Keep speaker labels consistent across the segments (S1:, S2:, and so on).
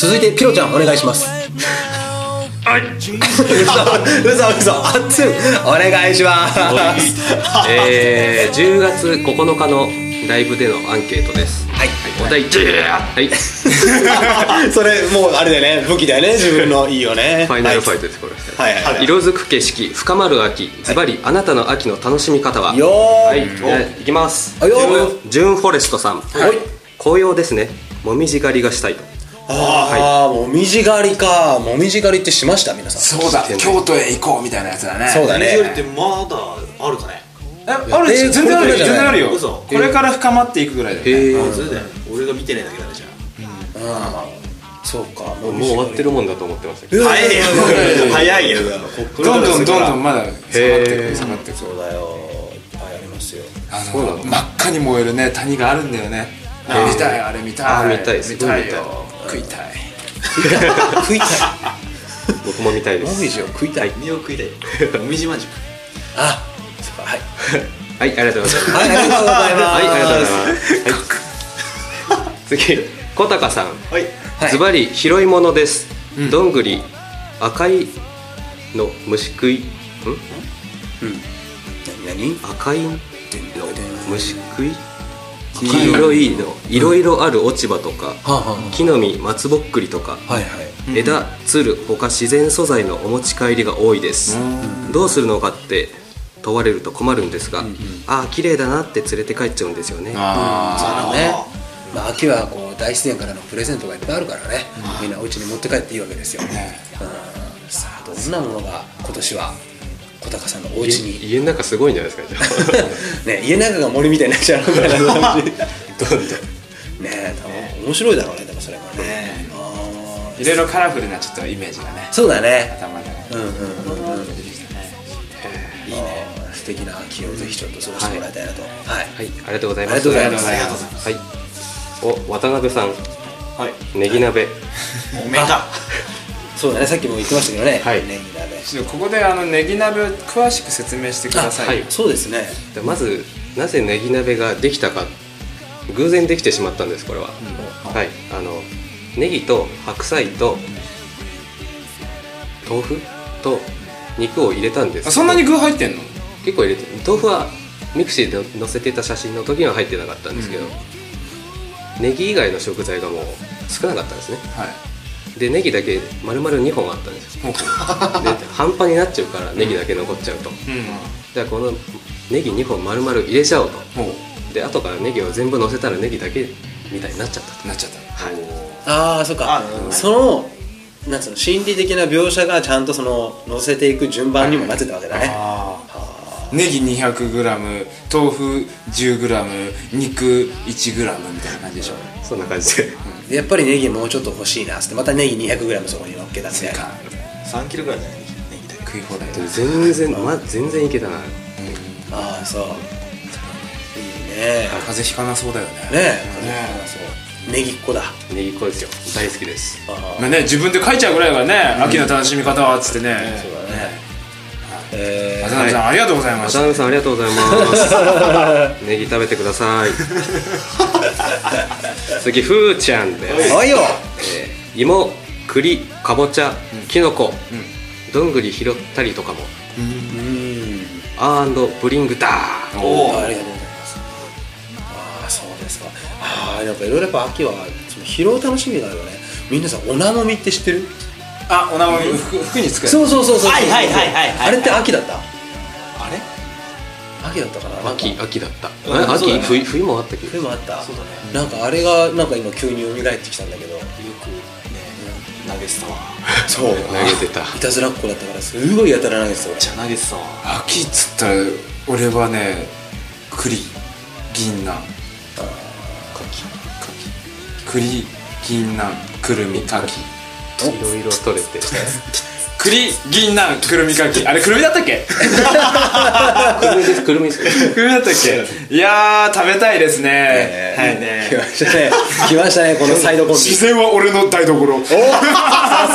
S1: 続いてピロちゃんお願いします
S2: はい
S1: 嘘嘘嘘熱いお願いします
S2: えー、10月9日のライブでのアンケートです
S1: はい
S2: お題10はいフ
S1: それもうあれだよね武器だよね自分のいいよね
S2: ァイナルファイトですこれ
S1: はいはいはい
S2: 色づく景色深まる秋ズバリあなたの秋の楽しみ方は
S1: よー
S2: はいじゃあいきます
S1: あよ
S2: ジュンジュンフォレストさん
S1: はい
S2: 紅葉ですねもみじ狩りがしたい
S1: ああ、もみじ狩りかもみじ狩りってしました皆さん
S3: そうだ京都へ行こうみたいなやつだね
S1: そうだ
S4: よりって
S1: ね
S4: まだあるかね
S3: えある
S1: え
S3: し
S1: ー
S3: 全然ある
S1: こ
S3: よ
S1: れじゃ
S3: 全
S1: ない
S3: 然あるよ
S4: 嘘
S3: これから深まっていくぐらいだよね
S2: へえも
S4: それだよ俺が見てないだけだねじゃ
S1: そうかも
S2: う終わってるもんだと思ってましたけど
S1: う
S4: あ
S1: わ
S4: 早いよ早いよこれか
S3: どん
S4: ら
S3: どんどんどん
S4: こ
S3: まだ下がってくる下がってくる
S1: そうだよいっぱいありますよ
S3: あ
S2: そうな
S3: の
S2: の
S3: 真っ赤に燃えるね谷があるんだよねあれ見たいあれ見た
S2: あ
S3: い
S2: 見たいす
S3: 見
S2: ごい
S3: た
S2: 見
S3: い
S2: たい
S3: よ食いたい
S1: 食いたい
S2: 僕も見たいで
S1: もみ
S2: す
S1: じを食いたい
S4: れ身を食いたいもみじまんじゅう
S1: あそうかはい
S2: はいありがとうございます
S1: はいありがとうございます
S2: はいありがとうございますはい次小高さん
S4: はい
S1: はい
S2: ズバリ拾い物です。どんぐり赤いの虫食いん
S1: 何
S2: 赤いの
S1: は
S2: 虫食い黄色いのいろいろある落ち葉とか
S1: あはあ
S2: 木の実松ぼっくりとか
S1: はいはい
S2: 枝つる他自然素材のお持ち帰りが多いです。どうするのかって問われると困るんですが、ああ綺麗だなって連れて帰っちゃうんですよね。
S3: あ
S1: あのねまあ、秋はこう大自然からのプレゼントがいっぱいあるからね、みんなお家に持って帰っていいわけですよ、うんさあどんなものが今年は小高さんのお家に
S2: 家の中すごいんじゃないですか じゃあ
S1: ね家の中が森みたいになっちゃうからどんどんねえ多分面白いだろうねでもそれはねあ
S3: ーいろいろカラフルなちょっとイメージがね
S1: ーそうだね
S3: 頭の中に
S1: うんうんうんうんいいね素敵な秋をぜひちょっと過ごしてもらいたいなとはい、
S2: はいありがとうござい
S1: あ
S2: ま
S1: りが
S2: す。
S1: とうござい
S3: ありがとうございます
S2: はい。お渡辺さん
S4: はい
S2: ネギ鍋。
S4: おめか
S1: そうだねさっきも言ってましたけどね、
S2: はい
S1: ネギ鍋
S3: ちょっとここであのネギ鍋を詳しく説明してください、
S2: あはい
S1: そうですね
S2: じゃあまずなぜネギ鍋ができたか偶然できてしまったんですこれは、はいあのネギと白菜と豆腐と肉を入れたんですけど
S3: あそんなに具入ってんの
S2: 結構入れて豆腐はミクシーで載せてた写真の時には入ってなかったんですけど、ネギ以外の食材がもう少なかったんですね
S3: はい
S2: でネギだけ丸々2本あったんですよ
S3: ほうほ
S2: で半端になっちゃうからネギだけ残っちゃうと、
S3: ううん
S2: じゃあこのネギ2本丸々入れちゃおうと
S3: ほ
S2: で後からネギを全部乗せたらネギだけみたいになっちゃった
S3: うなっちゃった
S2: と、はい、
S1: ああそっか
S4: あうん
S1: そのなんつうの心理的な描写がちゃんとその乗せていく順番にもなってたわけだね、
S3: ネギ 200g 豆腐 10g 肉 1g みたいな感じでしょ
S2: そんな感じで
S1: でやっぱりネギもうちょっと欲しいなっつってまたネギ 200g そこに乗っけたんで
S3: 追加
S4: 3キロぐらいじゃないネギだけ
S3: 食い放題だ
S2: 全然、ま、全然いけたな
S1: ああそういいね
S3: 風邪ひかなそうだよね
S1: ねえ、
S3: ね
S1: そうネギっ子だ
S2: ネギっ子ですよ大好きです
S1: あ
S3: まあね自分で書いちゃうぐらいはね、秋の楽しみ方はっつってね
S1: ーそうだねえ
S3: 渡辺さんありがとうございま
S2: 渡
S3: した
S2: 辺さんありがとうございます ネギ食べてくだ さい次ふーちゃんで
S1: ー、
S2: す、
S1: かわいいよ
S2: えー芋栗かぼちゃきのこどんぐり拾ったりとかも
S1: うん
S2: アーブリングだー
S4: お
S1: ありがとうございますああそうですかああなんかいろいろやっぱ秋はその疲労楽しみがあるよねみんなさおなもみって知ってる
S3: あお名前服服につく
S1: そうそうそうそう
S4: はいはいはいはいはい
S1: あれって秋だった
S4: あれ
S1: 秋だったかななんか
S2: 秋秋だった、
S4: うん
S2: え
S4: そう
S2: 秋
S4: だね
S2: 冬冬もあったけど
S1: 冬もあった
S4: そうだね
S1: なんかあれがなんか今急に蘇ってきたんだけど
S4: よくね投げてたわ
S1: そう
S2: 投げてた
S1: いたずらっ子だったからすごいやたら投げてた俺
S4: じゃあ投げてたわ
S3: 秋っつったら俺はね栗銀杏
S4: 柿
S3: 栗銀杏くるみかき
S2: いろいろ取れて
S3: 栗銀杏くるみかきあれくるみだったっけ
S2: くるみですくるみです
S3: くるみだったっけいやー食べたいですねはい
S1: ね来ましたね来ましたねこのサイドコンビ
S3: 視線は俺の台所お食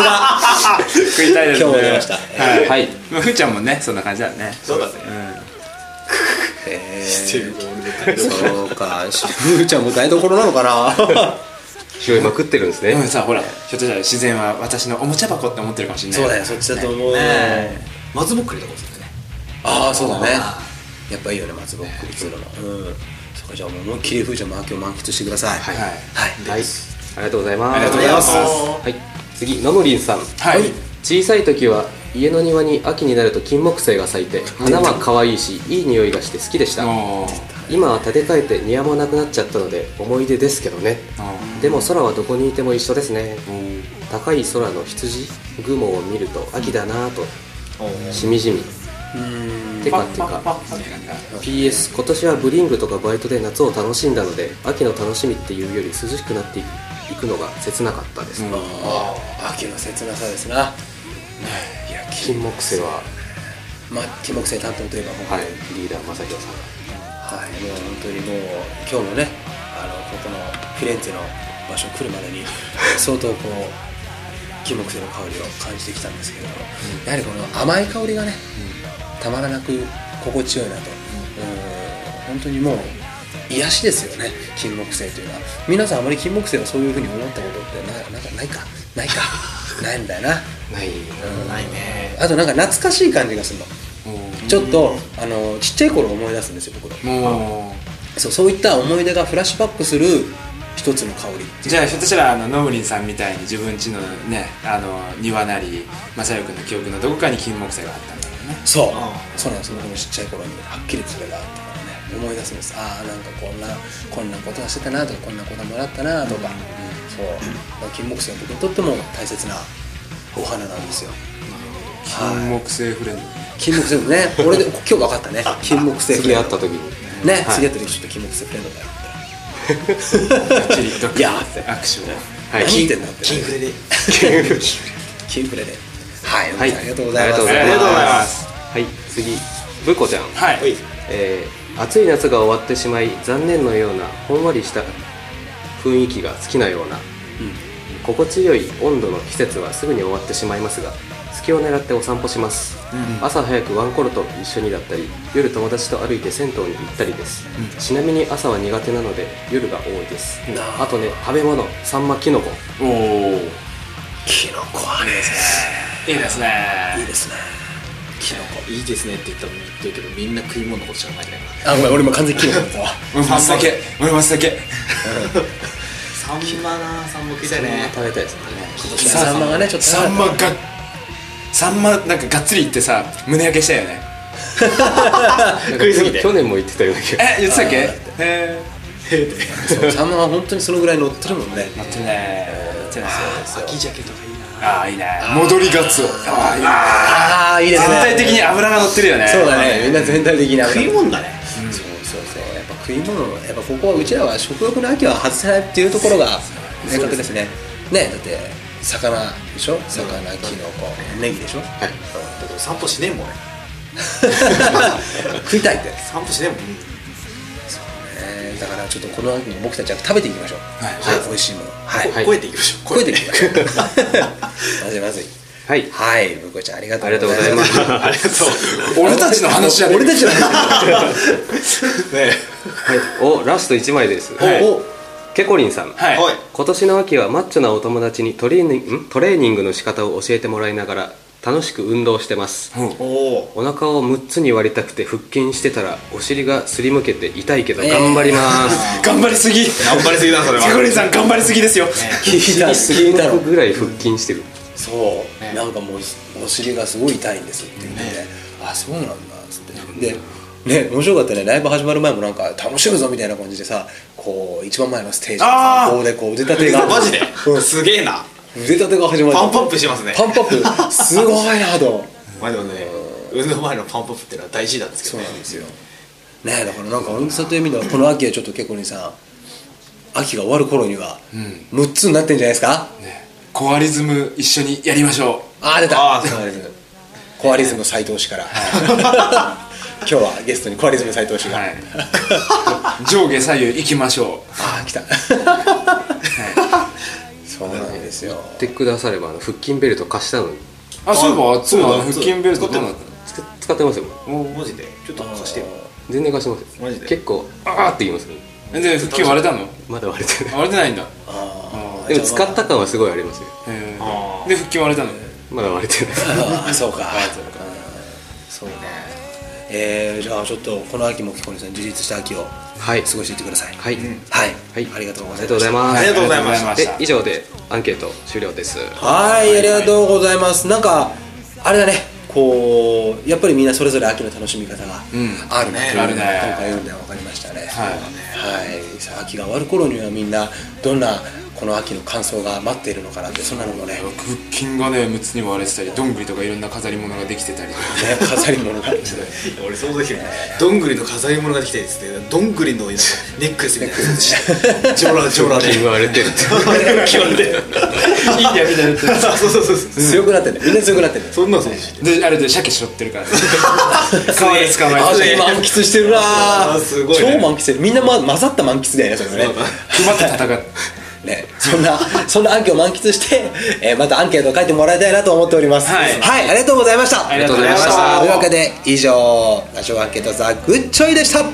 S3: いたいで
S1: 今
S3: すね
S1: 日も出ました
S3: はい、
S2: はい
S3: まあ、ふーちゃんもねそんな感じだね
S4: そうだね
S1: えーそうかふーちゃんも台所なのかな
S2: 拾いまくってるんですね、
S3: うんさあほらひょっとしたら自然は私のおもちゃ箱って思ってるかもしれない
S1: そうだよそっちだと思う、
S4: ね松ぼっくりとかもそうだよね
S1: ああそうだね
S4: あ
S1: やっぱいいよね松ぼっくりするの、うんそうかじゃあもう思いっきり風情の秋を満喫してくださいはい、
S3: はい
S2: はい、ありがとうございます。
S3: ありがとうございます
S2: はい、次、のむりんさん。
S3: はい
S2: 小さい時は家の庭に秋になると金木犀が咲いて花は可愛いしいい匂いがして好きでした
S3: おー
S2: 今は建て替えて庭もなくなっちゃったので思い出ですけどね
S3: うん
S2: でも空はどこにいても一緒ですね
S3: うん
S2: 高い空の羊雲を見ると秋だなぁとしみじみてかてか PS 今年はブリングとかバイトで夏を楽しんだので秋の楽しみっていうより涼しくなっていくのが切なかったです、
S3: うん
S1: ああ秋の切なさですな、いやき
S2: 金木犀は、
S1: まあ、金木犀担当といえば本当
S2: は
S1: に
S2: い、リーダー正弘さんが
S1: はい、もう本当にもう今日もねあのここのフィレンツェの場所来るま でに相当こう金木犀の香りを感じてきたんですけれども、やはりこの甘い香りがね、たまらなく心地よいなと、うん、本当にもう癒しですよね金木犀というのは皆さんあまり金木犀をそういうふうに思ったことってななんかないか ないかないんだよな、
S2: ない
S1: うん、
S4: ないね
S1: あとなんか懐かしい感じがするの
S3: うん
S1: ちょっとあのちっちゃい頃を思い出すんですよ僕の
S3: も
S1: そうそういった思い出がフラッシュバックする一つの香り
S3: うじゃあひょっとしたらあのノムリンさんみたいに自分家のねあの庭なり正代君の記憶のどこかに金木犀があったんだろうね
S1: そう
S4: あ
S1: そうなんです僕もちっちゃい頃にはっきりそれがあったからね思い出すんですああなんかこんなこんなことはしてたなとかこんなこともらったなとか、そう金木犀は僕にとっても大切なお花なんですよ
S3: 金木犀フレンド
S1: 金木犀もね俺で今日分かったね金木犀フ
S2: 次
S1: レ
S2: 会
S1: ン
S2: っ
S1: ド
S2: た時に
S1: ね、
S2: はい
S1: 次会った時ちょっと金木犀フレンドだよ
S3: がっちりと
S1: いやー
S3: 握手を
S2: は
S1: って、何言って
S2: い
S1: んだって
S4: キングレ で
S1: 金フレではい、
S2: はい
S1: ありがとうございます
S2: あ
S3: ありがとうございます
S2: はい次ぶこちゃん、
S3: はい
S2: えー暑い夏が終わってしまい残念のようなほんわりした雰囲気が好きなような、心地よい温度の季節はすぐに終わってしまいますが隙を狙ってお散歩します、朝早くワンコロと一緒にだったり夜友達と歩いて銭湯に行ったりです、ちなみに朝は苦手なので夜が多いです、
S1: なあ
S2: あとね食べ物サンマキノコ
S3: おお
S1: キノコはね
S3: いいです
S1: いい
S3: ね
S1: ですねキノコ
S4: いいですねって言ったのに言ってるけどみんな食い物のことしか考えてないからね
S1: あごめん俺も完全にキノコだったわ
S3: 俺真っ先俺真っ先
S4: サンマなサンマ食いたいね
S2: 食べたいですね
S1: サンマがねちょっと
S3: サンマがサンマなんかがっつりいってさ胸焼けしたよね
S2: 食いすぎて去年も言ってたような気が
S3: え言ってたっけへえ
S1: そうサンマは本当にそのぐらい乗ってるもんね
S3: なってねなってないですよ
S4: 秋鮭とかいいな
S3: ああいいね戻りガツオああいいね
S1: ああいいです
S3: 全
S1: ね
S3: 体的に脂が乗ってるよね
S1: そうだねみんな全体的に
S4: 食い物だね
S1: そうそうそうやっぱ食い物やっぱここはうちらは食欲の秋は外せないっていうところが明確ですねねだって魚でしょ魚キノコネギでしょ
S2: はい
S4: だけど散歩しねえもん俺
S1: 食いたいって
S4: 散歩しねえもん
S1: えーだからちょっとこの秋も僕たちは食べていきましょう
S2: はい
S1: 美味しいものは
S2: はいい
S4: 声でいきましょう
S1: 食えていきましょうまずいまずい
S2: はい
S1: はいぶこちゃ んありがと
S2: あ
S1: う
S2: りがとうございますは
S3: 俺たちの話じゃねえ
S1: 俺たちの話じゃない
S4: ね
S2: いおラスト1枚です
S3: はい
S1: お
S2: ケコリンさん
S3: はい
S4: はい
S2: 今年の秋はマッチョなお友達にトレーニングんトレーニングの仕方を教えてもらいながら楽しく運動してます
S3: うん
S4: おお
S2: お腹を6つに割りたくて腹筋してたらお尻がすりむけて痛いけど
S1: えー
S2: 頑張り ます、
S3: 頑張りすぎ
S4: 頑張りすぎだそれは
S3: セコリンさん頑張りすぎですよ
S1: 聞いた
S2: すり
S1: 聞い
S2: む
S1: たの
S2: くぐらい腹筋してる
S1: そう、
S4: ね
S1: なんかもうお尻がすごい痛いんですって言って、あそうなんだっつってでね面白かったねライブ始まる前もなんか楽しむぞみたいな感じでさこう一番前のステージの
S4: あ
S1: さ
S4: ー
S1: こうでこう腕立てが
S4: マジで
S1: うん
S4: すげえな
S1: 腕立てが始まる
S4: パンプアップしてますね
S1: パンプアップすごいなと
S4: まあでもね運動前のパンプアップってのは大事なんですけ
S1: そ
S4: ど
S1: う
S4: ね
S1: なんですよねだからなんか大草という意味ではこの秋はちょっと結構にさ秋が終わる頃には6つになってんじゃないですか、
S3: コアリズム一緒にやりましょう
S1: ああ出た
S4: あー
S1: コアリズムコアリズム斎藤氏から今日はゲストにコアリズム斎藤氏が、
S3: はい 上下左右行きましょ
S1: ああ来たそうなんですよ
S2: やってくださればあの腹筋ベルト貸したのに
S3: うあそういえばあっつ
S4: そう
S3: も
S4: だ
S3: 腹筋ベルトどうなったの
S2: つ使ってますよ
S4: もうマジでちょっと貸してよ
S2: 全然貸してますよ
S4: マジで
S2: 結構あーって言いますよ
S3: で腹筋割れたの
S2: まだ割れてない
S3: 割れてないんだ
S1: ああ
S2: でも使った感はすごいありますよ
S3: え
S4: あ
S3: ー
S4: ー
S3: で復帰割れたの
S2: まだ割れてない
S1: ああそうか
S3: あそうか
S1: うんそうねえー、じゃあちょっとこの秋もきこにさん自立した秋を
S2: はい
S1: 過ごしていってください
S2: はい、
S1: はい、
S2: はい
S1: ありがとうご
S2: あり
S1: ざい
S2: がとう
S1: ま
S2: ございま
S1: した
S2: す
S4: ありがとうございま
S3: ありがとうございました
S2: で以上でアンケート終了です
S1: はいありがとうございますなんかあれだねこうやっぱりみんなそれぞれ秋の楽しみ方が
S3: うん
S1: あるなというのが
S3: あるね
S1: 今回読んで分かりましたね
S3: はい
S1: はいさあ秋が終わる頃にはみんなどんなこの秋の感想が待っているのかなってそんなのもねね
S3: 腹筋がね6つに割れてたりどんぐりとかいろんな飾り物ができてたりとか
S1: 飾り物があるんですね
S4: 俺想像できないどんぐりの飾り物ができてですねどんぐりのなんかネックレスみたいなジョラジョラで
S2: 言われてる って
S4: 決まって
S3: いいやみたいになってる
S4: そうそうそうそう
S1: 強くなってるみんな強くなってる
S4: そんなのそうでしょ
S3: であれで鮭しょってる からね川で捕ま
S1: あで
S3: えて
S1: も満喫してるな
S4: あーすごいね
S1: 超満喫してるみんな、ま、混ざった満喫だよねそれね
S3: 熊と戦って
S1: ねそんな そんな秋を満喫して、えーまたアンケートを書いてもらいたいなと思っております
S3: はい
S1: ありがとうございました
S3: ありがとうございました
S1: というわけで以上「ラジオアンケートザ・グッチョイ」でした